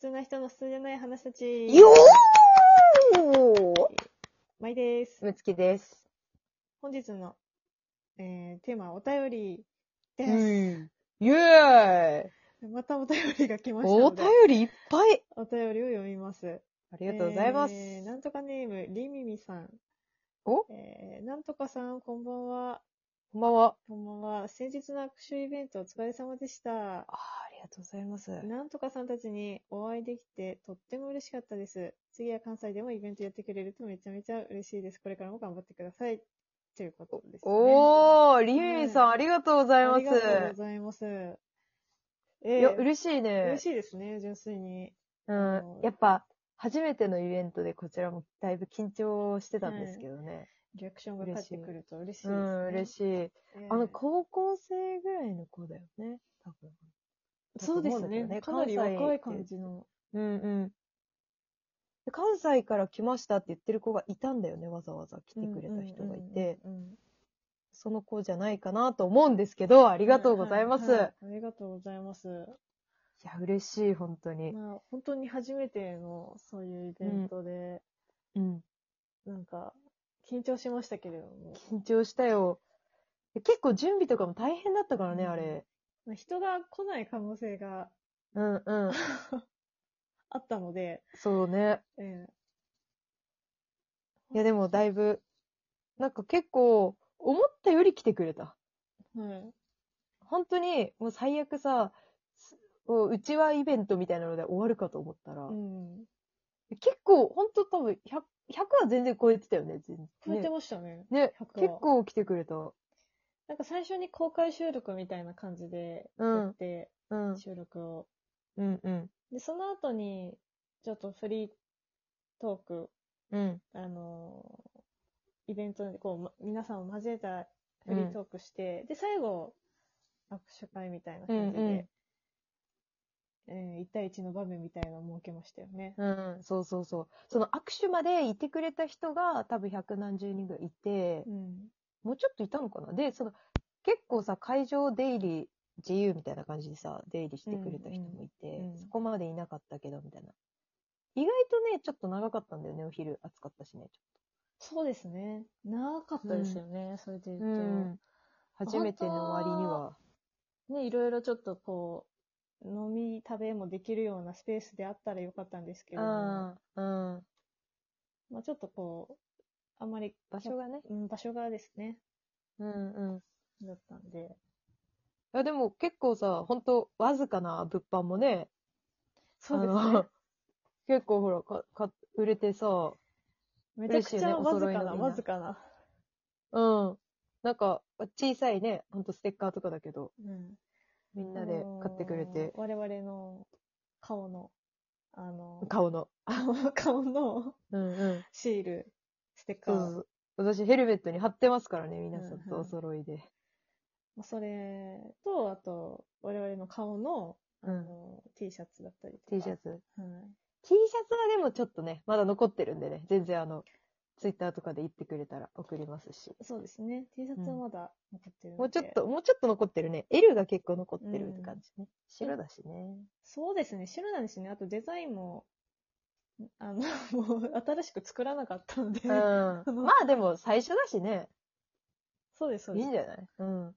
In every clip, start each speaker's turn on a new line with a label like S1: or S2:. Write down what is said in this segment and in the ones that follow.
S1: 通な人の普通じゃない話たち。
S2: よー
S1: まいです。
S2: むつきです。
S1: 本日の、えー、テーマはお便り
S2: う
S1: で
S2: ん。イェーイ
S1: す。またお便りが来ました
S2: お
S1: の
S2: 便
S1: で。
S2: りいっぱい
S1: お便りを読みます。
S2: ありがとうございます。
S1: えーなんとかネーム、りみみさん。
S2: お
S1: えー、なんとかさん、こんばんは。
S2: こんばんは。
S1: こんばんは。先日の握手イベントお疲れ様でした。
S2: あありがとうございます。
S1: なんとかさんたちにお会いできてとっても嬉しかったです。次は関西でもイベントやってくれるとめちゃめちゃ嬉しいです。これからも頑張ってください。ということです、ね。
S2: おー、りみみさ
S1: うん
S2: ん、ありがとうござい
S1: あ
S2: ます
S1: り。がとうございます。えー
S2: いや、嬉しいね
S1: 嬉。しいですね、純粋に。
S2: うん。やっぱ、初めてのイベントでこちらもだいぶ緊張してたんですけどね。
S1: リアクションが返ってくると嬉しいです、
S2: う
S1: ね。
S2: ん、嬉
S1: い。
S2: しい。あの、高校生ぐらいの子だよね。多分。
S1: そうです
S2: だと思うんだけど
S1: ね。
S2: ね
S1: かなり若い
S2: 関西
S1: 感
S2: って
S1: じの。
S2: うんうん。関西から来ましたって言ってる子がいたんだよね、わざわざ来てくれた人がいて。
S1: うんうんうんうん。
S2: その子じゃないかなと思うんですけど、あ
S1: あ
S2: りがとうございます。い
S1: ありがとうございます。
S2: や、嬉しい、本当に。
S1: まあ、本当に初めてのそういうイベントで、
S2: うん。
S1: なんか、緊張しましたけれども、
S2: 緊張したよ。結構準備とかも大変だったからね、
S1: うん
S2: あれ。
S1: まあ人が来ない可能性が
S2: うんうん。
S1: あったので、
S2: そうね。
S1: ええ
S2: いや、でもだいぶ、なんか結構、思ったより来てくれた。
S1: はい。
S2: 本当に、もう最悪さ、すこううちわイベントみたいなので終わるかと思ったら、
S1: うん。
S2: 結構、ほんと多分100、100は全然超えてたよね、全
S1: 超えて
S2: ね
S1: ましたね。
S2: ね、
S1: 100は
S2: 結構来てくれた。
S1: なんか最初に公開収録みたいな感じで
S2: うん
S1: やって、
S2: うん。
S1: 収録を。
S2: うんうん。
S1: で、その後に、ちょっとフリートーク、
S2: うん。
S1: あのーイベントでこう、ま皆さんを交えたフリートークして、で、最後、握手会みたいな感じで、
S2: うんうん
S1: えー一対一の場面みたいなのを設けましたよね。
S2: うん。そうそうそう。その握手までいてくれた人が多分百何十人ぐらいいて、
S1: うん。
S2: もうちょっといたのかなで、その、結構さ、会場出入り自由みたいな感じでさ、出入りしてくれた人もいて、
S1: うんうん
S2: そこまでいなかったけど、みたいな。意外とね、ちょっと長かったんだよね、お昼暑かったしね。
S1: そうですね。長かったですよね、それで言うと。
S2: 初めての割には。
S1: ね、いろいろちょっとこう、飲み食べもできるようなスペースであったらよかったんですけれども、
S2: うん。うん。
S1: まあちょっとこう、あんまり
S2: 場所がね。
S1: うん、場所がですね、
S2: うんうん。
S1: だったんで。
S2: いや、でも結構さ、ほんと、わずかな物販もね、
S1: そうです
S2: あ
S1: ね
S2: の。 結構ほら、か、か、売れてさ、
S1: めちゃくちゃわず
S2: 嬉
S1: かな、
S2: しいよねお揃いのみんな
S1: わずかな。
S2: うん。なんか、小さいね、ほんとステッカーとかだけど、
S1: うん。
S2: みんなで買ってくれて
S1: あの、ー我々の顔の、あのー、
S2: 顔の。
S1: 顔の
S2: うんうん。
S1: シール、ステッカー。
S2: そうそうそう。私、ヘルメットに貼ってますからね、皆さん
S1: うんう
S2: と
S1: ん
S2: お揃いで。
S1: まあそれと、あと、我々の顔の、
S2: う
S1: あ
S2: ん。
S1: の T シャツだったりとか。
S2: T シャツ。
S1: はい。
S2: T シャツはでもちょっとね、まだ残ってるんでね、全然あの、ツイッターとかで言ってくれたら送りますし。
S1: そうですね。T シャツはまだ残ってるので、
S2: もうちょっ。と、もうちょっと残ってるね。L が結構残ってるって感じね。白だしね。
S1: そうですね。白なんですね。あとデザインも、あの、 もう新しく作らなかったので。
S2: うん。ま
S1: の
S2: あでも最初だしね。
S1: そうです、そう
S2: い
S1: で
S2: い
S1: す
S2: ん。じゃないうん。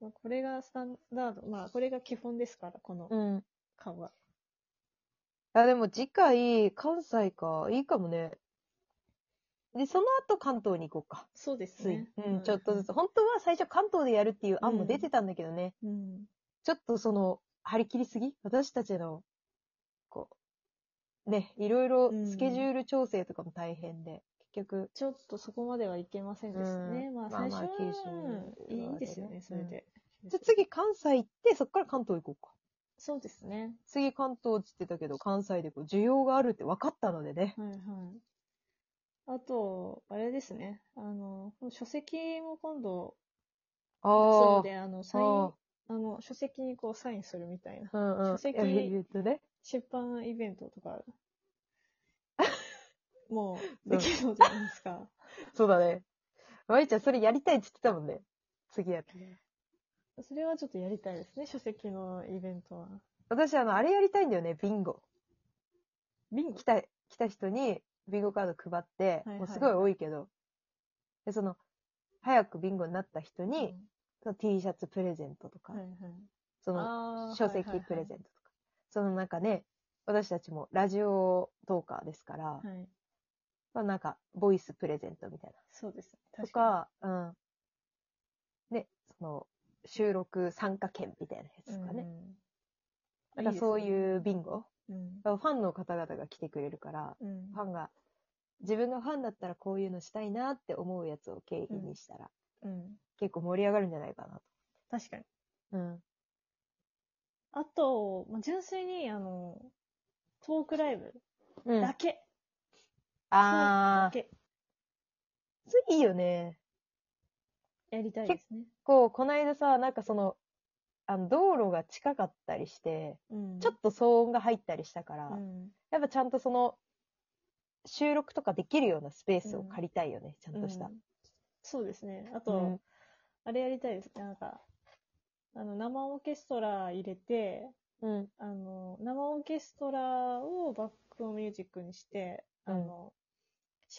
S1: まあこれがスタンダード。まあ、これが基本ですから、この
S2: うん。
S1: 顔は。
S2: あ、でも次回、関西か。いいかもね。で、その後関東に行こうか。
S1: そうです
S2: つい。
S1: ね。
S2: うん、ちょっとずつ。本当は最初関東でやるっていう案も出てたんだけどね。
S1: うん。
S2: ちょっとその、張り切りすぎ私たちの、こう、ね、いろいろ
S1: うん
S2: スケジュール調整とかも大変で、結局、
S1: ちょっとそこまではいけませんでしたね。
S2: うん
S1: まあ、
S2: ま
S1: 最
S2: あまあ
S1: 初は、
S2: 九
S1: う
S2: 州
S1: んいいですよね、それで。
S2: じゃあ次関西行って、そっから関東行こうか。
S1: そうですね。
S2: 次関東って言ってたけど、関西でこう需要があるって分かったのでね。
S1: はいはい。あと、あれですね。あの、書籍も今度、
S2: あ
S1: そうの
S2: ー
S1: で、あの、サイン、
S2: あ
S1: あの、書籍にこうサインするみたいな
S2: ー、。うんうん。
S1: 書籍
S2: いや言うとね。
S1: 出版イベントと か、もう、できるのじゃないですか。
S2: そうだね。まゆちゃん、それやりたいって言ってたもんね。次やって。
S1: それはちょっとやりたいですね、書籍のイベントは。
S2: 私、あの、あれやりたいんだよね、ビンゴ。
S1: ビンゴ
S2: 来た、来た人にビンゴカード配って、
S1: はいはい
S2: もうすごい多いけど、で、その、早くビンゴになった人
S1: うん
S2: に、その T シャツプレゼントとか、
S1: はいはい。
S2: その、
S1: あー
S2: 書籍プレゼントとか、その中ね、私たちもラジオトーカーですから、
S1: はいはいはい。はい。
S2: まあなんか、ボイスプレゼントみたい
S1: そうです。
S2: な。と
S1: 確か
S2: か、うん。ね、その、収録参加券みたいなや
S1: に。
S2: つとか
S1: う
S2: ね。
S1: んうん
S2: なんかそ
S1: う。
S2: ういうビンゴ。
S1: うん。
S2: ファンの方々が来てくれるから、
S1: うん
S2: ファンが、自分がファンだったらこういうのしたいなって思うやつを経費にしたら、
S1: うん。
S2: 結構盛り上がるんじゃないかな
S1: 確かに。
S2: と。うん。
S1: あと、まあ、純粋に、あの、トークライブ
S2: うん。
S1: だけ。
S2: あ
S1: だ
S2: ー、
S1: け。
S2: それいいよね。
S1: やりたいですね。
S2: こう、この間さ、なんかその、あの、道路が近かったりして、
S1: うん。
S2: ちょっと騒音が入ったりしたから、
S1: うん。
S2: やっぱちゃんとその、収録とかできるようなスペースを借りたいよね、ちゃんとした。
S1: うんそうですね。あ
S2: う
S1: と、
S2: ん。
S1: あれやりたいですね。なんか、あの、生オーケストラ入れて、
S2: うん。
S1: あの、生オーケストラをバックミュージックにして、
S2: うん
S1: あの、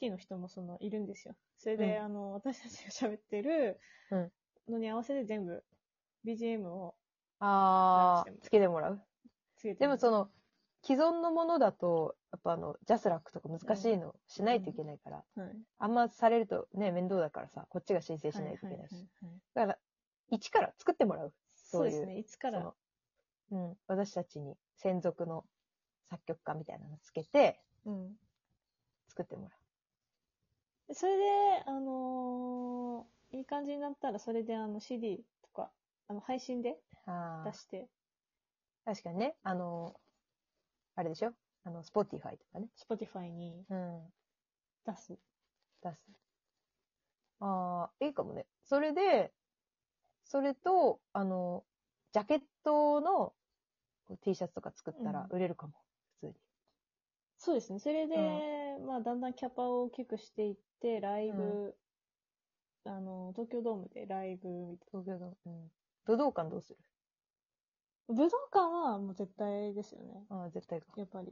S1: 指揮の人もその、いるんですよ。それで、
S2: うん
S1: あの、私たちが喋ってる
S2: うん
S1: のに合わせて全部 BGM を
S2: あ
S1: どうしても
S2: ー、つけてもらう
S1: つけて
S2: でもその、既存のものだと、やっぱあの、ジャスラックとか難しいのしないといけないから、
S1: の、はい、
S2: あんまされるとね、面倒だからさ、こっちが申請しないといけないし。
S1: ははははい
S2: だから、一から作ってもらう。
S1: そう
S2: そうい
S1: で
S2: う
S1: すね。いつから。
S2: そのうん、私たちに専属の作曲家みたいなのつけて、
S1: うん。
S2: 作ってもら
S1: それで、あのーいい感じになったら、それであの CD とか、あの、配信で
S2: う。ああ
S1: 出して、
S2: 確かにね、あの、あれでしょあの、Spotify とかね。
S1: Spotify に
S2: うん、
S1: 出す。
S2: 出す。ああ、いいかもね。それで、それと、あの、ジャケットのこう T シャツとか作ったら
S1: う
S2: 売れるかも、普通に。
S1: そうですね。それで、まあ、だんだんキャパを大きくしていって、ライブ、あの、東京ドームでライブみたい
S2: 東京の、うん。武道館どうする
S1: な。武道館はもう絶対ですよね。
S2: ああ、絶対か。
S1: やっぱり。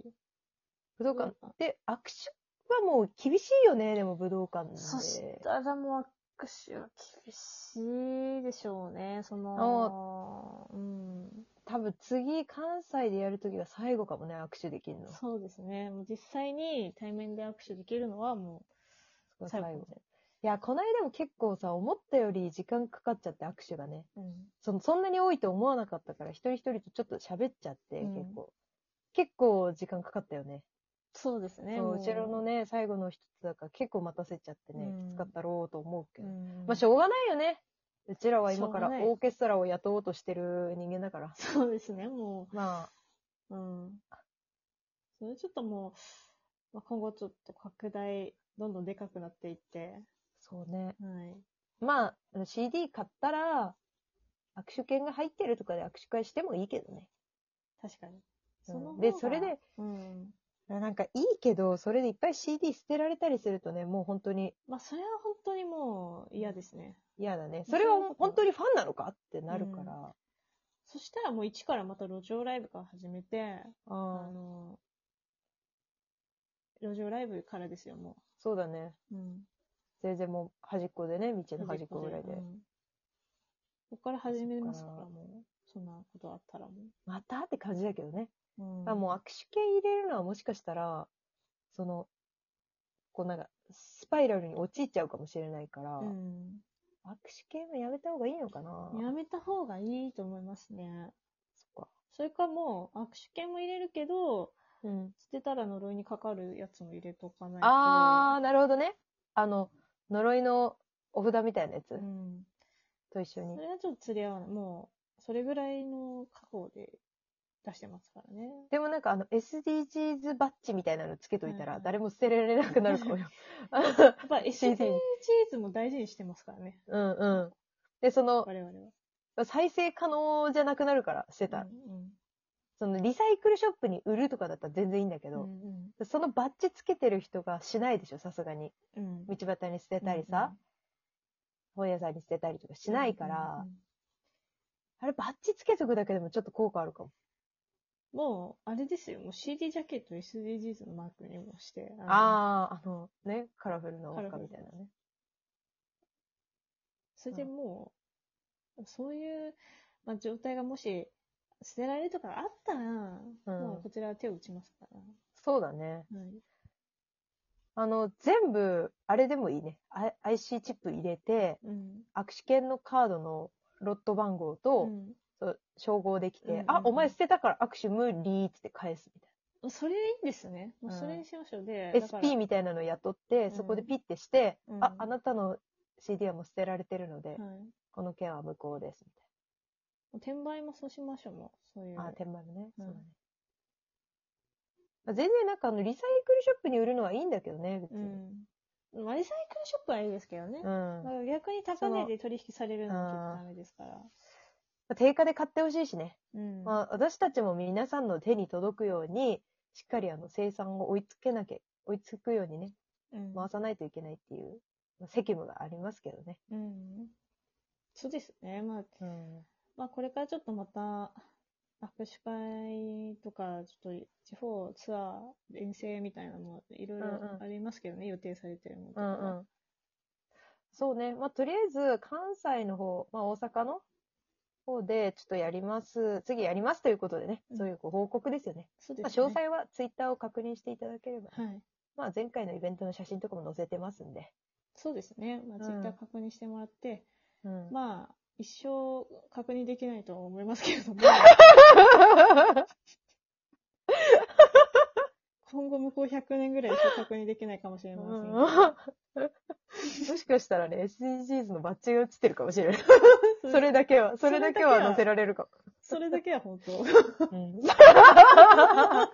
S2: 武道
S1: 武
S2: 館
S1: 道館。
S2: で、握手はもう厳しいよね、でも武道館で。
S1: そしたらもう握手は厳しいでしょうね。その、うん。
S2: 多分次、関西でやるときが最後かもね、握手できるの。
S1: そうですね。もう実際に対面で握手できるのはもう
S2: 最
S1: 最
S2: 後
S1: 後
S2: ま
S1: ま
S2: で
S1: で。。
S2: いや、この間も結構さ、思ったより時間かかっちゃって、握手がね。
S1: うん。
S2: そのそんなに多いと思わなかったから、一人一人とちょっと喋っちゃって、
S1: うん
S2: 結構。結構時間かかったよね。
S1: そうですね。
S2: そう
S1: もう
S2: 後ろの、ね、最後の一つだから結構待たせちゃってね、
S1: うん
S2: きつかったろうと思うけ
S1: う
S2: ど。
S1: ん、
S2: まあ、しょうがないよね。うちらは今から
S1: しょうがない
S2: オーケストラを雇おうとしてる人間だから。
S1: そうですね。もう、
S2: まあ、
S1: うん。それちょっともう、まあ、今後ちょっと拡大、どんどんでかくなっていって、
S2: そうね。
S1: はい。
S2: まあ、あの CD 買ったら、握手券が入ってるとかで握手会してもいいけどね。
S1: 確かに。
S2: うん
S1: その方が
S2: で、それで、、
S1: うん。
S2: なんかいいけど、それでいっぱい CD 捨てられたりするとね、もう本当に
S1: まあ、それは本当にもう嫌ですね。
S2: 嫌だね。
S1: そ
S2: そうれ
S1: いう
S2: は
S1: こと
S2: 本当にファンなのかってなるから。
S1: そしたらもう一からまた路上ライブから始めて、あ
S2: ああ、
S1: の、路上ライブからですよ、も
S2: そうだね。
S1: う。うん。
S2: 全然もう端っこでね、道の端っこぐらいで。
S1: うんここから始めますから、
S2: そっか
S1: もう。そんなことあったらも
S2: またって感じだけどね。
S1: う。うん。
S2: あもう握手券入れるのはもしかしたら、その、こうなんか、スパイラルに陥っちゃうかもしれないから、
S1: うん。
S2: 握手券はやめた方がいいのかな
S1: やめた方がいいと思いますね。
S2: そっか。
S1: それかもう、握手券も入れるけど、
S2: うん。
S1: 捨てたら呪いにかかるやつも入れとかないと。
S2: あー、なるほどね。あの、呪いのお札みたいなやつ
S1: うん。
S2: と一
S1: そ
S2: 緒に。
S1: れはちょっと釣り合わない。もう、それぐらいの覚悟で出してますからね。
S2: でもなんかあの SDGs バッジみたいなのつけといた
S1: はい
S2: ら
S1: はい
S2: 誰も捨てられなくなるか もよ。
S1: やっ ぱ SDGs も大事にしてますからね。
S2: うんうん。で、その、
S1: 我々は。
S2: 再生可能じゃなくなるから捨てたら。
S1: うん
S2: そのリサイクルショップに売るとかだったら全然いいんだけ
S1: うん。う
S2: ど、
S1: ん
S2: そのバッジつけてる人がしないでしょ、さすがに。
S1: うん。
S2: 道端に捨て
S1: うん
S2: たりさ、、本屋さんに捨てたりとかしないから、
S1: うん
S2: あれバッジつけとくだけでもちょっと効果あるかも。
S1: もう、あれですよ。もう CD ジャケット SDGs のマークにもして。あの
S2: ああ、あの、ね、カラフルな輪っかみたいなね。
S1: それでもう、そういう、まあ、状態がもし、捨てられるとかあったら、もうこちらは手を打ちますか
S2: そうだね。
S1: ら。はい。
S2: あの、全部、あれでもいいね。I- IC チップ入れて、
S1: うん。
S2: 握手券のカードのロット番号
S1: う
S2: と、
S1: ん
S2: そう照合できて、
S1: うんうんうん
S2: あ、お前捨てたから握手無理っつって返すみたい
S1: もうそれでいいんですね。もう
S2: うん
S1: それにしましょう。で、
S2: な。
S1: だから
S2: SP みたいなの雇って、そこでピッてして、
S1: うん
S2: あ、あなたの CD はもう捨てられてるので、
S1: はい。も
S2: この件は無効ですみたいう
S1: 転売もそうしましょう、もう。そういう。
S2: な。あ、転売もね。
S1: うん
S2: そうだね。まあ全然なんかあの、リサイクルショップに売るのはいいんだけどね、別
S1: う
S2: に。
S1: ん。マリサイクルショップはいいですけどね。
S2: うん。
S1: だ
S2: ま
S1: から逆に高値で取引されるのはちょっとダメですから。
S2: あ定価で買ってほしいしね。
S1: うん。
S2: まあ、私たちも皆さんの手に届くように、しっかりあの生産を追いつけなきゃ、追いつくようにね、
S1: うん
S2: 回さないといけないっていう、まあ責務がありますけどね。
S1: うん。そうですね。まあ、
S2: うん。
S1: まあ、これからちょっとまた、握手会とか、ちょっと地方ツアー、遠征みたいなのもいろいろ
S2: うんうん
S1: ありますけどね、予定されてるのとか
S2: う
S1: は。
S2: んうん。そうね。まあ、とりあえず、関西の方、まあ、大阪の方で、ちょっとやります。次やりますということでね
S1: う。ん
S2: そういうご報告ですよね。
S1: そうで
S2: まあ、
S1: すね。
S2: 詳細はツイッターを確認していただければ。
S1: はい。
S2: まあ、前回のイベントの写真とかも載せてますんで。
S1: そうですね。まあ、
S2: うん
S1: ツイッター確認してもらって、
S2: うん。
S1: まあ、一生確認できないと思いますけれども、 今後向こう100年ぐらい一生確認できないかもしれませんが、
S2: うん もしかしたらね、SDGs のバッジが映ってるかもしれない。そ
S1: そ
S2: れ
S1: れ
S2: だけは、そ
S1: そ
S2: れ
S1: れ
S2: だ
S1: だ
S2: け
S1: け
S2: は
S1: は
S2: 載せられるか
S1: それだけは本当。
S2: も。